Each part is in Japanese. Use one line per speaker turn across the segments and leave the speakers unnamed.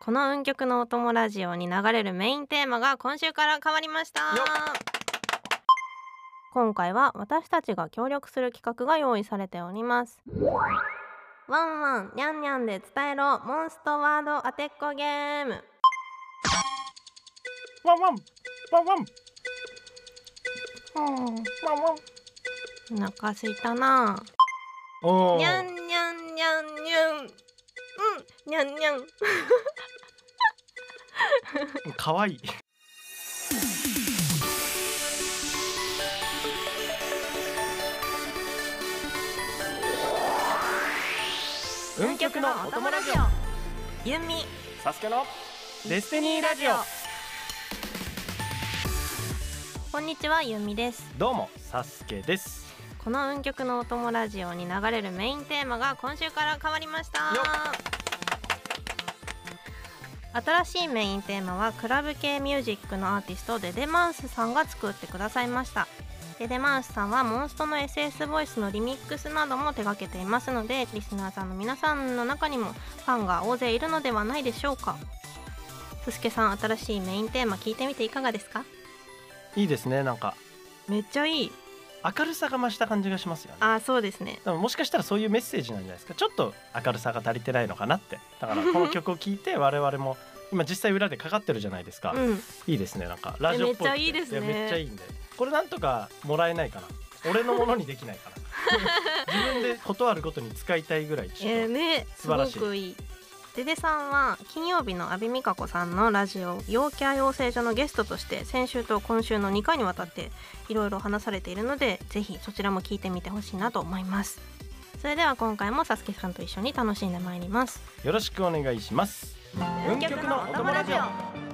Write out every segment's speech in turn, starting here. この運極のお供ラジオに流れるメインテーマが今週から変わりました
よ
今回は私たちが協力する企画が用意されておりますワンワンニャンニャンで伝えろモンストワード当てっこゲーム
ワンワンワンワンうんワンワン
お腹すいたなあ
おー
にゃんにゃんにゃんにゃんうんにゃんにゃん
かわいい運極のお供ラジオ
オゆみ
サスケのデスティニーラジオ
こんにちはゆみです
どうもサスケです
この運極のお供ラジオに流れるメインテーマが今週から変わりました
よ
新しいメインテーマはクラブ系ミュージックのアーティストデデマウスさんが作ってくださいましたデデマウスさんはモンストの SS ボイスのリミックスなども手掛けていますのでリスナーさんの皆さんの中にもファンが大勢いるのではないでしょうかすすけさん新しいメインテーマ聞いてみていかがですか
いいですねなんか
めっちゃいい
明るさが増した感じがしますよね
あそうですね
でももしかしたらそういうメッセージなんじゃないですかちょっと明るさが足りてないのかなってだからこの曲を聴いて我々も今実際裏でかかってるじゃないですか、
うん
いいですねなんかラジオっぽい
めっちゃいいですね
やめっちゃいいんでこれなんとかもらえないかな俺のものにできないか な自分で断ることに使いたいぐらいちょっと、
えー、ねす
素晴
ご
らしい
くいい。デデさんは金曜日の阿部美香子さんのラジオ「陽キャ養成所」のゲストとして先週と今週の2回にわたっていろいろ話されているのでぜひそちらも聞いてみてほしいなと思いますそれでは今回もサスケさんと一緒に楽しんでまいります
よろしくお願いします運極のお供ラジオ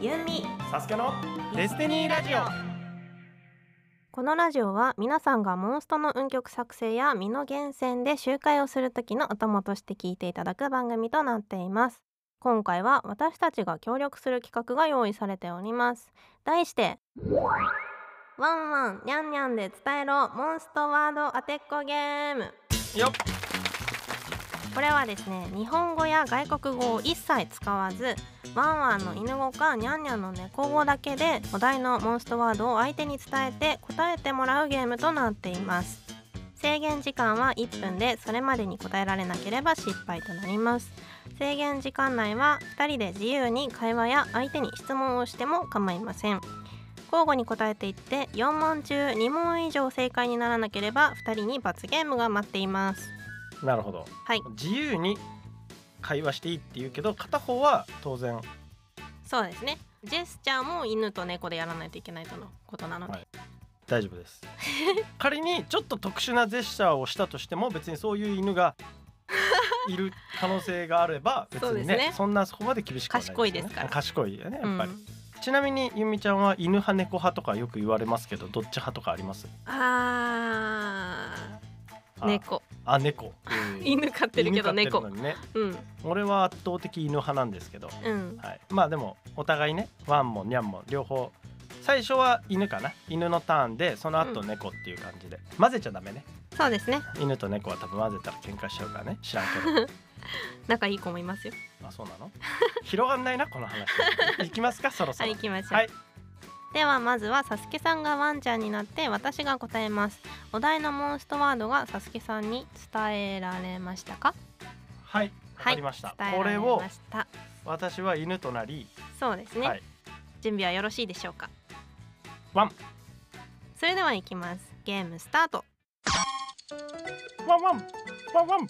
ユーミ
サスケのデスティニーラジオ
このラジオは皆さんがモンストの運曲作成や身の厳選で集会をする時のお供として聞いていただく番組となっています今回は私たちが協力する企画が用意されております題してワンワンニャンニャンで伝えろモンストワード当てっこゲーム
よっ
これはですね日本語や外国語を一切使わずワンワンの犬語かニャンニャンの猫語だけでお題のモンストワードを相手に伝えて答えてもらうゲームとなっています制限時間は1分でそれまでに答えられなければ失敗となります制限時間内は2人で自由に会話や相手に質問をしても構いません交互に答えていって4問中2問以上正解にならなければ2人に罰ゲームが待っています
なるほど
はい
自由に会話していいって言うけど片方は当然
そうですね。ジェスチャーも犬と猫でやらないといけないとのことなので、
はい大丈夫です 仮にちょっと特殊なジェスチャーをしたとしても別にそういう 犬がいる可能性があれば別
そうで
に
す
ねそ
ね
んなそこまで厳しくはな
賢い
い
ですから
賢いよね
う
やっ
ん
ぱり、、ちなみにゆみちゃんは犬派猫派とかよく言われますけどどっち派とかあります
あー
あ
猫
あ猫
犬飼ってるけど
犬
猫
飼ってるのにね
うん
俺は圧倒的犬派なんですけど
うん
はい、まあでもお互いねワンもニャンも両方最初は犬かな犬のターンでその後
うん
猫っていう感じで、混ぜちゃダメね
そうですね
犬と猫は多分混ぜたら喧嘩しちゃうからね知らん け
仲いい子もいますよ
どあそうなの広がんないなこの 話行きますかそろそ
は
ろ
い行きましょう、
はい
ではまずはサスケさんがワンちゃんになって私が答えますお題のモンストワードがサスケさんに伝えられましたか
はいわ
は
か
い
りました、
伝え
こ
ら
れ
れ
を
ました
私は犬となり、
そうですね、
はい
準備はよろしいでしょうか
ワン
それでは行きますゲームスタート
ワンワンワンワン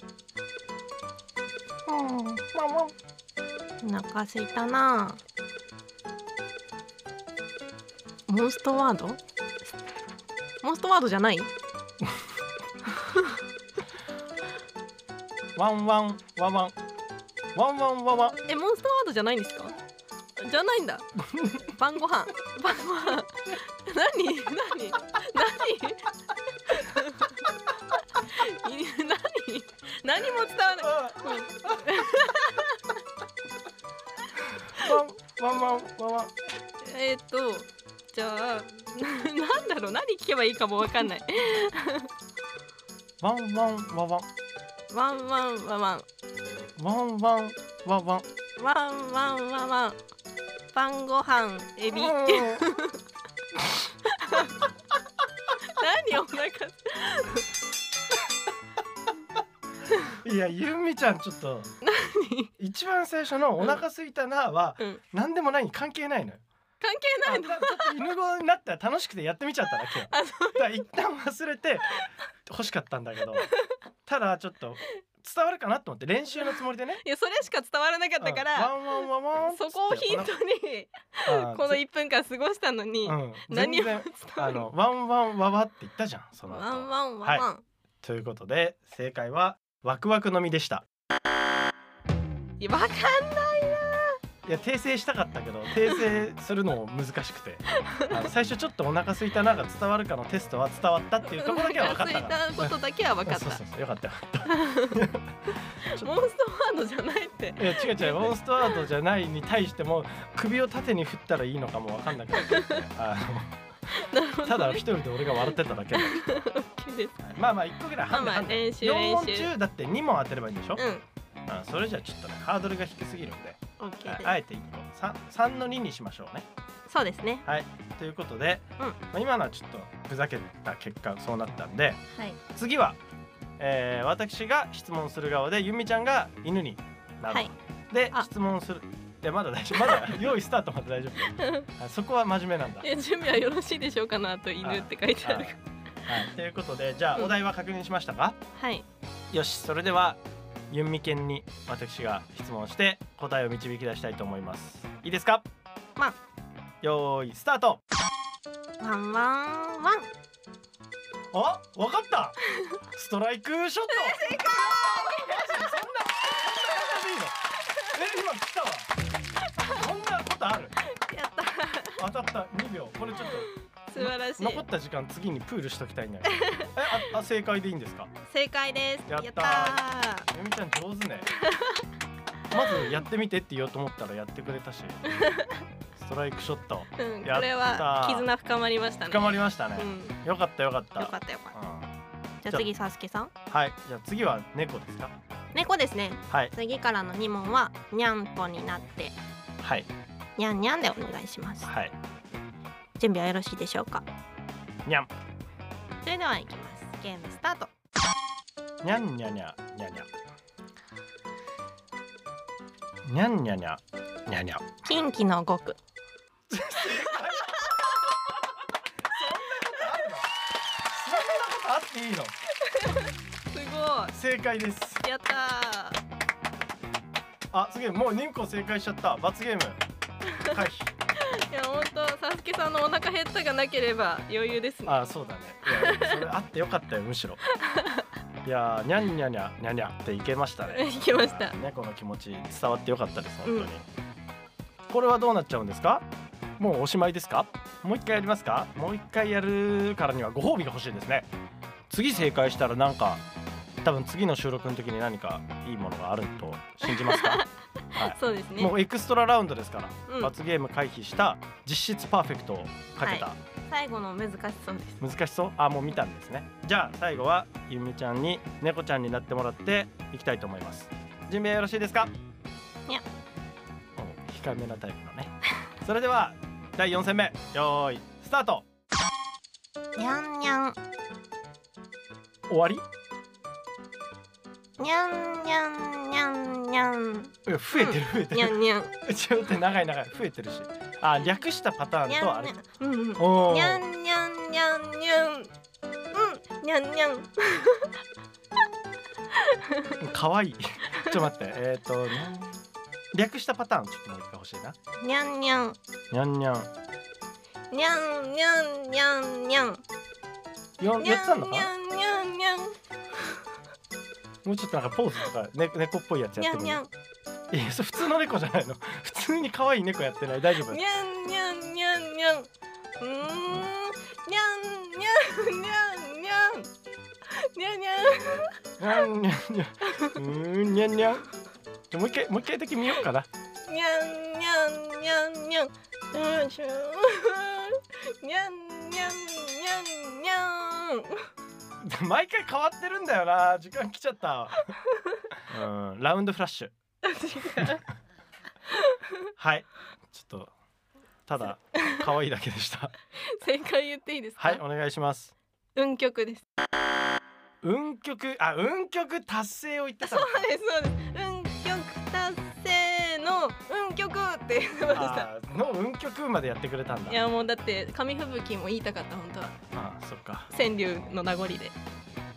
うんワンワン
お腹すいたなあモンストワードモンストワードじゃない
ワンワンワンワンワンワンワンワン
えモンストワードじゃないんですかじゃないんだ晩ご飯晩ご飯何何何い何何も伝わらない
ワンワンワンワンワンワン
えーっとじゃあななんだろう何聞けばいいかもわかんない
ワンワンワンワン
ワンワンワンワン
ワンワンワンワン
ワンワンワンワン晩ご飯エビ何
うん
お腹
いやゆみちゃんちょっと一番最初の「お腹すいたな」は
うん
何でもないに関係ないのよ。
関係ないの
あだだって犬語になったら楽しくてやってみちゃっただけよ。
あ
だから一旦忘れて欲しかったんだけどただちょっと伝わるかなと思って練習のつもりでね。
いやそれしか伝わらなかったか
うんワ
ら、
ンワンワンワンっつっ
そ
て
こをヒントに
あー
この1分間過ごしたのに、
うん、
何
何
を伝
然
わ
あ
る
のワンワンワワって言ったじゃんその後
ワンワンワンワン、
ということで正解はワクワクのみでした
い、やわかんない
いや訂正したかったけど訂正するのも難しくてあの最初ちょっとお腹空いたなが伝わるかのテストは伝わったっていうところだけは分かった
お
か
腹
ら
空いたことだけは分か っ
そうそ
た
うそうよかったよかったそう
モンストワードじゃないって
いや違う違うモンストアートじゃないに対しても首を縦に振ったらいいのかも分かんなくなっちゃってあ
なるほ
の
ど
ただ一人で俺が笑ってただけ
OK です
まあまあ1個ぐらい半で
まあまあ
半で
練習
4問
練習
中だって2問当てればいいんでしょ、
うん
あそれじゃちょっとねハードルが低すぎるんで
OK
あ
です、
あえて1個 3, 3の2にしましょうね。
そうですね
ということで、
うん
まあ、今のはちょっとふざけた結果そうなったんで
はい
次は、えー私が質問する側でゆみちゃんが犬になる、
はい
で
あ
質問するいやまだ大丈夫ま だ用意スタートまで大丈夫あそこは真面目なんだ。
え準備はよろしいでしょうかなと犬って書いてある
はいはいということでじゃあ
うん
お題は確認しましたか、
はい
よしそれではゆみけんに私が質問して答えを導き出したいと思いますいいですか
まあ
よーいスタート
ワンワンワン
あわかったストライクショット正解そんなそんな優しいのえ今来たわそんなことある
やった
当たった2秒これちょっ
素晴らし
と
い
残った時間次にプールしときたいねえああ正解でいいんですか
正解です
やったー
ー
ゆみちゃん上手ねまずやってみてって言おうと思ったらやってくれたしストライクショット
うん、
や
こ
ったー
れは絆深まりましたね
深まりましたね
う、ん、よ
よかったよかった
かったよかっ
うん
たじゃあ次さすけさん
はいじゃあ次は猫ですか
猫ですね
はい
次からの2問はにゃんこになって
はい
にゃんにゃんでお願いします
はい
準備はよろしいでしょうか
にゃん
それではいきますゲームスタート
にゃんにゃにゃにゃにゃにゃんにゃにゃにゃにゃ
近畿の極
そんなことあっていいの
すご
正解です
いやった
あすげえもう2個正解しちゃった罰ゲーム回避
ーいや本当さすけさんのお腹減ったがなければ余裕ですね
あそうだねいやそれあってよかったよむしろいやーにゃんにゃにゃにゃにゃっていけましたね
いけました
猫の気持ち伝わってよかったです本当に、
うん
これはどうなっちゃうんですかもうおしまいですかもう一回やりますかもう一回やるからにはご褒美が欲しいですね次正解したらなんか多分次の収録の時に何かいいものがあると信 じますか、はい
そうですね
もうエクストララウンドですから、
うん
罰ゲーム回避した実質パーフェクトをかけた、
は最後の難しそうです
難しそうあもう見たんですねじゃあ最後はゆみちゃんに猫ちゃんになってもらっていきたいと思います準備はよろしいですか
にゃ
お控えめなタイプのねそれでは第4戦目よーいスタート
にゃんにゃん
終わり
にゃんにゃんにゃんにゃん
え増えてる増えて
にゃ
る、
んにゃん
ちょっと待って長い長い増えてるしあ略したパターン
にゃん
とあれ
うんうん
おー
にゃんにゃんにゃんにゃんうんにゃんにゃん
かわいい ちょっと待ってえっ、となん略したパターンちょっともう一回欲しいな
にゃんにゃん
にゃんにゃん
にゃんにゃんにゃんにゃん
よ
にゃ
やってたの
ん
か
に
な
ゃんにゃんにゃん
もうちょっとなんかポーズとか、ね、猫っぽいやつ
に
や
ゃ
って
ん
もい
に
い
ゃん
いやそれ普通の猫じゃないの 普通に可愛い猫やってない大丈夫
にゃんにゃんにゃんにゃんうーんにゃんにゃ んにゃんにゃんにゃんにゃん
にゃんにゃんにゃんうーんにゃんにゃんちょもう一回もう一回だけ見ようかな
にゃんにゃんにゃんにゃんうんしゅーにゃんにゃんにゃんにゃん
毎回変わってるんだ よな時間来ちゃったうんラウンドフラッシュ
違う
はいちょっとただ可愛いだけでした
正解言っていいですか
はいお願いします
運曲です
運曲あ運曲達成を言って
そ
た
う
のか
ですそうです運曲達成の運曲って言いました
あーの運曲までやってくれたんだ
いやもうだって紙吹雪も言いたかった本当は
あーそっか
川柳の名残で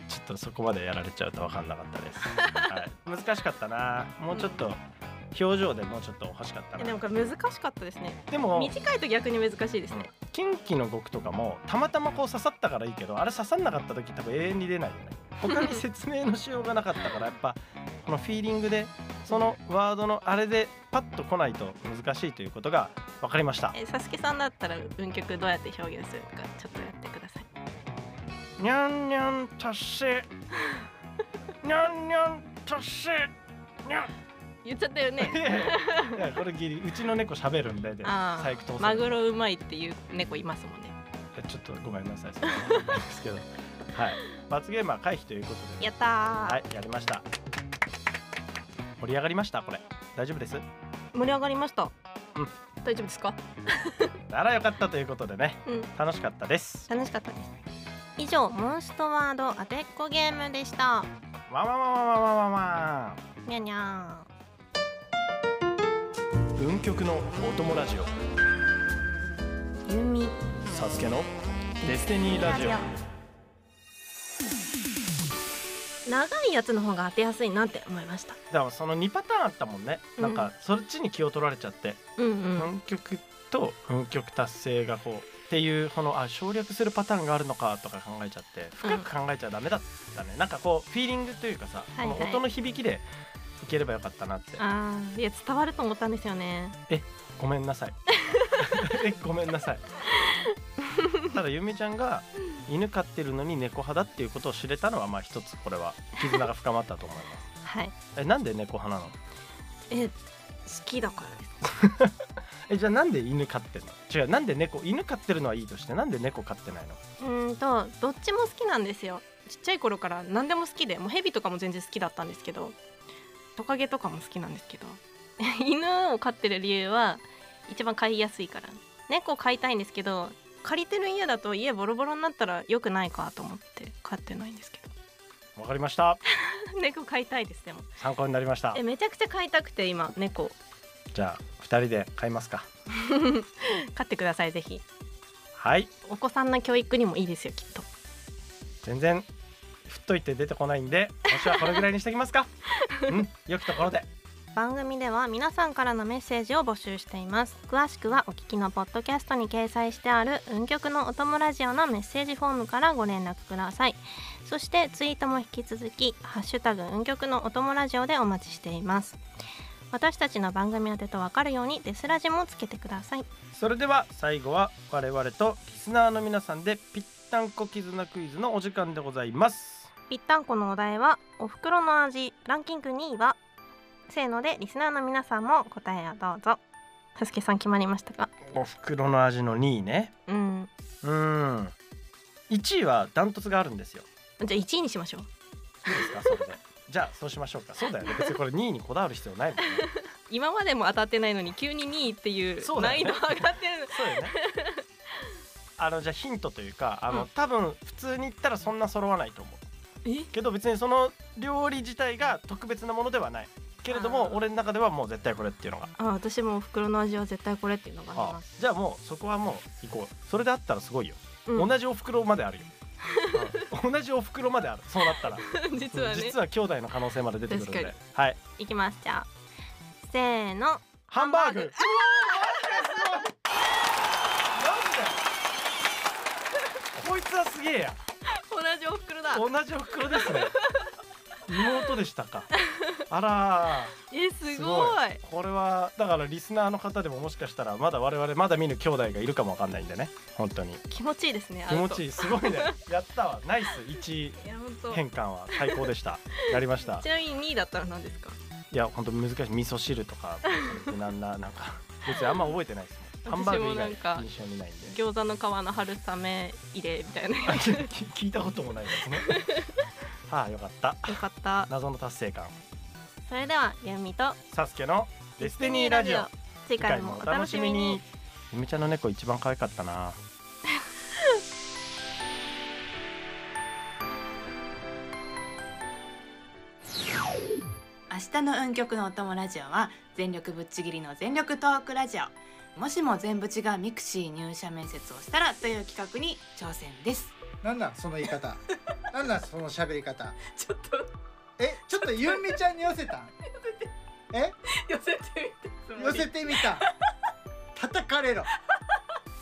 ちょっとそこまでやられちゃうと分かんなかった です、はい、難しかったなもうちょっと表情でもうちょっと欲しかった
え
な
でもこれ難しかったですね
でも
短いと逆に難しいですね
近畿の極とかもたまたまこう刺さったからいいけどあれ刺さんなかった時多分永遠に出ないよ ね他に説明のしようがなかったからやっぱこのフィーリングでそのワードのあれでパッと来ないと難しいということが分かりました
えサスケさんだったら運曲どうやって表現するかちょっとやってください
にゃんにゃん達 成にゃんにゃん達成にゃん
言っちゃったよ
い
ね
やいやこれギリうちの猫喋るんでで
あ
細工
あ
通
マグ
ロ
ロうまいっていう猫いますもんね
ちょっとごめんなさいそういうのですけどはい罰ゲームは回避ということで
やったー、
はい、やりました。盛り上がりました、これ。大丈夫です。
盛り上がりました、
うん
大丈夫ですか
ならよかったということでね、
うん
楽しかったです。
楽しかったです以上モンストワード当てっこゲームでした
わわわわわわわわ
にゃにゃ
文曲のお供ラジオ、
ーゆみ
サスケのデスティニーラジオ。
長いやつの方が当てやすいなって思いました
でもその2パターンあったもんね。
うん
なんかそっちに気を取られちゃって、
うんうん
文曲と文曲達成がこう。っていうこのあ省略するパターンがあるのかとか考えちゃって深く考えちゃダメだったね、なんかこうフィーリングというかさ、
はいはい
この音の響きでいければよかったなって
あーいや伝わると思ったんですよね
ごめんな さい。えごめんなさい。ただゆめちゃんが犬飼ってるのに猫派だっていうことを知れたのはまあ一つこれは絆が深まったと思いま
はい
す。えなんで猫派なの？
え好きだからです
えじゃあなんで犬飼ってんの？違うなんで猫犬飼ってるのはいいとしてなんで猫飼ってないの？
うーんとどっちも好きなんですよちっちゃい頃から何でも好きでもうヘビとかも全然好きだったんですけどトカゲとかも好きなんですけど 犬を飼ってる理由は一番飼いやすいから猫を飼いたいんですけど借りてる家だと家ボロボロになったら良くないかと思って飼ってないんですけ
わかりました。
ど 猫飼いたいですでも
参考になりました
え。めちゃくちゃ飼いたくて今猫
じゃあ二人で飼いますか。
飼ってくださいぜひ
はい。
お子さんの教育にもいいですよきっと
全然振っといて出てこないんで、今週はこれぐらいにしてきますか。うん良きところで。
番組では皆さんからのメッセージを募集しています詳しくはお聞きのポッドキャストに掲載してある「運極のお供ラジオ」のメッセージフォームからご連絡くださいそしてツイートも引き続き「ハッシュタグ運極のお供ラジオ」でお待ちしています私たちの番組宛てとわかるようにデスラジもつけてください
それでは最後は我々とリスナーの皆さんでぴったんこ絆クイズのお時間でございます
ぴったんこのお題は「おふくろの味」ランキング2位はせーのでリスナーの皆さんも答えをどうぞすすけさん決まりましたか
お袋の味の2位ね
うん
うーん1位はダントツがあるんですよ
じゃあ1位にしましょう
いいですかそれでじゃあそうしましょうかそうだよね別にこれ2位にこだわる必要ないもんね
今までも当たってないのに急に2位っていう
そうだ
難
よね
易度上がってる
そうよねあのじゃあヒントというかあの、
うん
多分普通に言ったらそんな揃わないと思う
え
けど別にその料理自体が特別なものではないけれども
あー
俺の中ではもう絶対これっていうのが
あ私もお袋の味は絶対これっていうのがあり
あ
ます
じゃあもうそこはもう行こうそれであったらすごいよ、
うん
同じお袋まであ るようん同じお袋まであるそうなったら
実はね
実は兄弟の可能性まで出てくるん
確
ではい
いきますじゃあせーの
ハンバ
ハンバ
ーグ
ーグ
う わーすごいなんでこいつはすげえや
同じお袋だ
同じお袋ですね妹でしたかあら
え
ー
す
す
ご
ご
い
いこれはだからリスナーの方でももしかしたらまだ我々まだ見ぬ兄弟がいるかもわかんないんでね本当に
気持ちいいですね
気持ち
い
いいすごいねやったわナイス1
いや本当
変換は最高でしたやりました
ちなみに2位だったら何ですか
いや本当難しい味噌汁とかなんななんか別にあんま覚えてないですねハンバーグ以
私もな
外
んか
印象にないんで
餃子の皮の春雨入れみたい な
あ聞聞いたこともないですねはあよかった
よかった
謎の達成感
それではゆみと
サスケのデスティニーラジオ
次次回もお楽しみに。
ゆみちゃんの猫一番可愛かったな。
明日の運極のお供ラジオは全力ぶっちぎりの全力トークラジオもしも全部違うミクシー入社面接をしたらという企画に挑戦です
なんなんその言 い方なんなんその喋り方
ちょっと
えちょっとゆみちゃんに寄せたんえ
寄せてみて
寄せてみた叩かれろ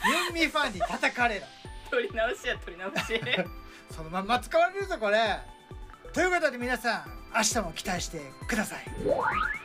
ユンミファンに叩かれろ
取り直しや取り直し
そのまんま使われるぞこれということで皆さん明日も期待してください